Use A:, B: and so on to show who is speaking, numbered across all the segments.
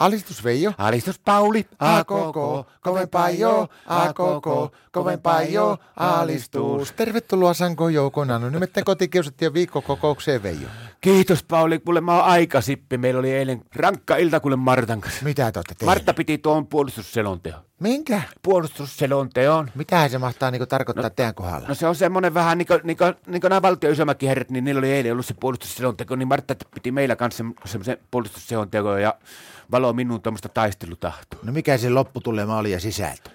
A: Alistus Veijo.
B: Alistus Pauli,
A: A koko, kovempaa jo, a koko, kovempaa jo, alistus. Tervetuloa Sanko Joukona. No nimittäin kotikiusattiin viikkokokoukseen Veijo.
B: Kiitos Pauli, kuule mä oon aikasippi. Meillä oli eilen rankka ilta kuule Martan kanssa.
A: Mitä te olette tehneet?
B: Martta piti tuon puolustusselonteon.
A: Minkä?
B: Puolustusselonteon.
A: Mitä se mahtaa niinku tarkoittaa no, teidän kohdalla?
B: No se on semmoinen vähän, niin kuin, niin kuin, niin kuin nämä valtioisämäkin herrat, niin niillä oli eilen ollut se puolustusselonteko, niin Martta piti meillä kanssa sem- semmoisen puolustusselonteon ja valo minun tuommoista taistelutahtoa.
A: No mikä se lopputulema oli ja sisältö?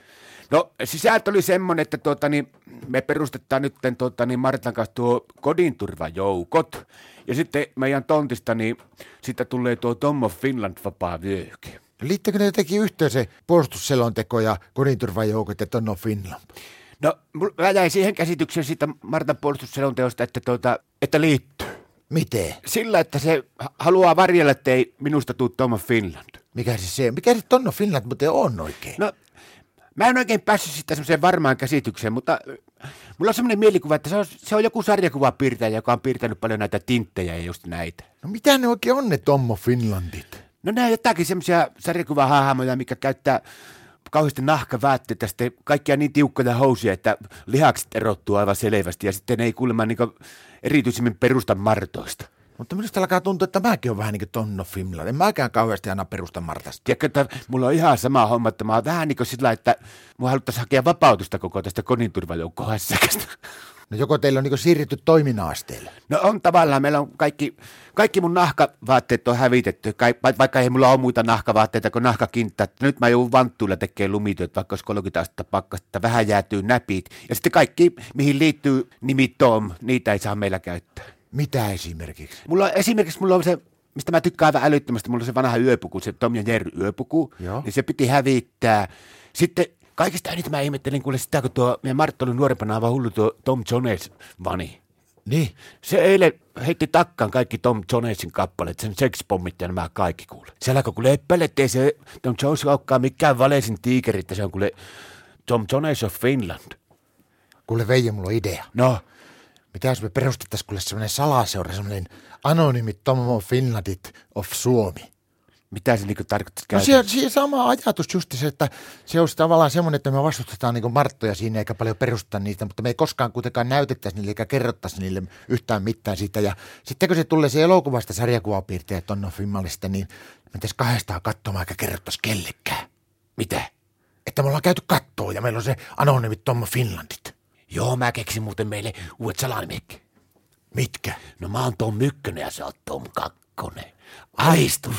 B: No sisältö oli semmoinen, että tuota, niin me perustetaan nyt tuota, niin Martan kanssa tuo kodinturvajoukot. Ja sitten meidän tontista, niin siitä tulee tuo Tommo Finland vapaa vyöhyke.
A: Liittyykö ne jotenkin yhteen se puolustusselonteko ja kodinturvajoukot ja Tonno Finland?
B: No mul- mä jäin siihen käsitykseen siitä Martan puolustusselonteosta, että, tuota, että liittyy.
A: Miten?
B: Sillä, että se h- haluaa varjella, että ei minusta tule Tommo Finland.
A: Mikä se, se mikä se Tonno Finland muuten on oikein?
B: No, mä en oikein päässyt sitä semmoiseen varmaan käsitykseen, mutta äh, mulla on semmoinen mielikuva, että se on, se on joku sarjakuvapiirtäjä, joka on piirtänyt paljon näitä tinttejä ja just näitä.
A: No mitä ne oikein on ne Tommo Finlandit?
B: No ne on jotakin semmoisia sarjakuvahahmoja, mikä käyttää kauheasti nahkavaatteita, sitten kaikkia niin tiukkoja housuja, että lihakset erottuu aivan selvästi ja sitten ne ei kuulemma niin erityisemmin perusta martoista.
A: Mutta minusta alkaa tuntua, että mäkin olen vähän niin kuin Tonno Finland. En mäkään kauheasti aina perusta Martasta.
B: Tiedätkö, että mulla on ihan sama homma, että mä oon vähän niin kuin sillä, että mua haluttaisiin hakea vapautusta koko tästä koninturvajoukkoa hässäkästä.
A: No joko teillä on niin siirrytty toiminna-asteelle?
B: No on tavallaan, meillä on kaikki, kaikki mun nahkavaatteet on hävitetty, Kai, va- vaikka ei mulla ole muita nahkavaatteita kuin nahkakintta. Nyt mä joudun vanttuilla tekemään lumityöt, vaikka olisi 30 astetta pakkasta, vähän jäätyy näpit. Ja sitten kaikki, mihin liittyy nimi Tom, niitä ei saa meillä käyttää.
A: Mitä esimerkiksi?
B: Mulla on, esimerkiksi mulla on se, mistä mä tykkään aivan älyttömästi, mulla on se vanha yöpuku, se Tom ja Jerry yöpuku,
A: Joo.
B: niin se piti hävittää. Sitten kaikista eniten mä ihmettelin kuule sitä, kun tuo meidän Martta oli nuorempana aivan hullu tuo Tom Jones vani.
A: Niin.
B: Se eilen heitti takkaan kaikki Tom Jonesin kappaleet, sen sekspommit ja nämä kaikki kuule. Se alkoi kuule epäillä, ettei se Tom Jones olekaan mikään valesin tiikeri, että se on kuule Tom Jones of Finland.
A: Kuule Veijo, mulla on idea.
B: No,
A: Mitä jos me perustettaisiin kuule semmoinen salaseura, semmoinen anonyymi Tommo Finlandit of Suomi?
B: mitä se niinku tarkoittaa
A: No se, se sama ajatus just se, että se olisi tavallaan semmoinen, että me vastustetaan niin Marttoja siinä eikä paljon perusta niitä, mutta me ei koskaan kuitenkaan näytettäisi niille eikä kerrottaisi niille yhtään mitään siitä. Ja sitten kun se tulee se elokuvasta sarjakuvapiirtejä Tonno Fimmalista, niin mentäisiin kahdestaan katsomaan eikä kerrottaisi kellekään.
B: Mitä?
A: Että me ollaan käyty kattoon ja meillä on se anonyymi Tommo Finlandit.
B: Joo, mä keksin muuten meille uudet salanimikki.
A: Mitkä?
B: No mä oon Tom Mykkönen ja sä oot Tom Kakkonen. Aistus!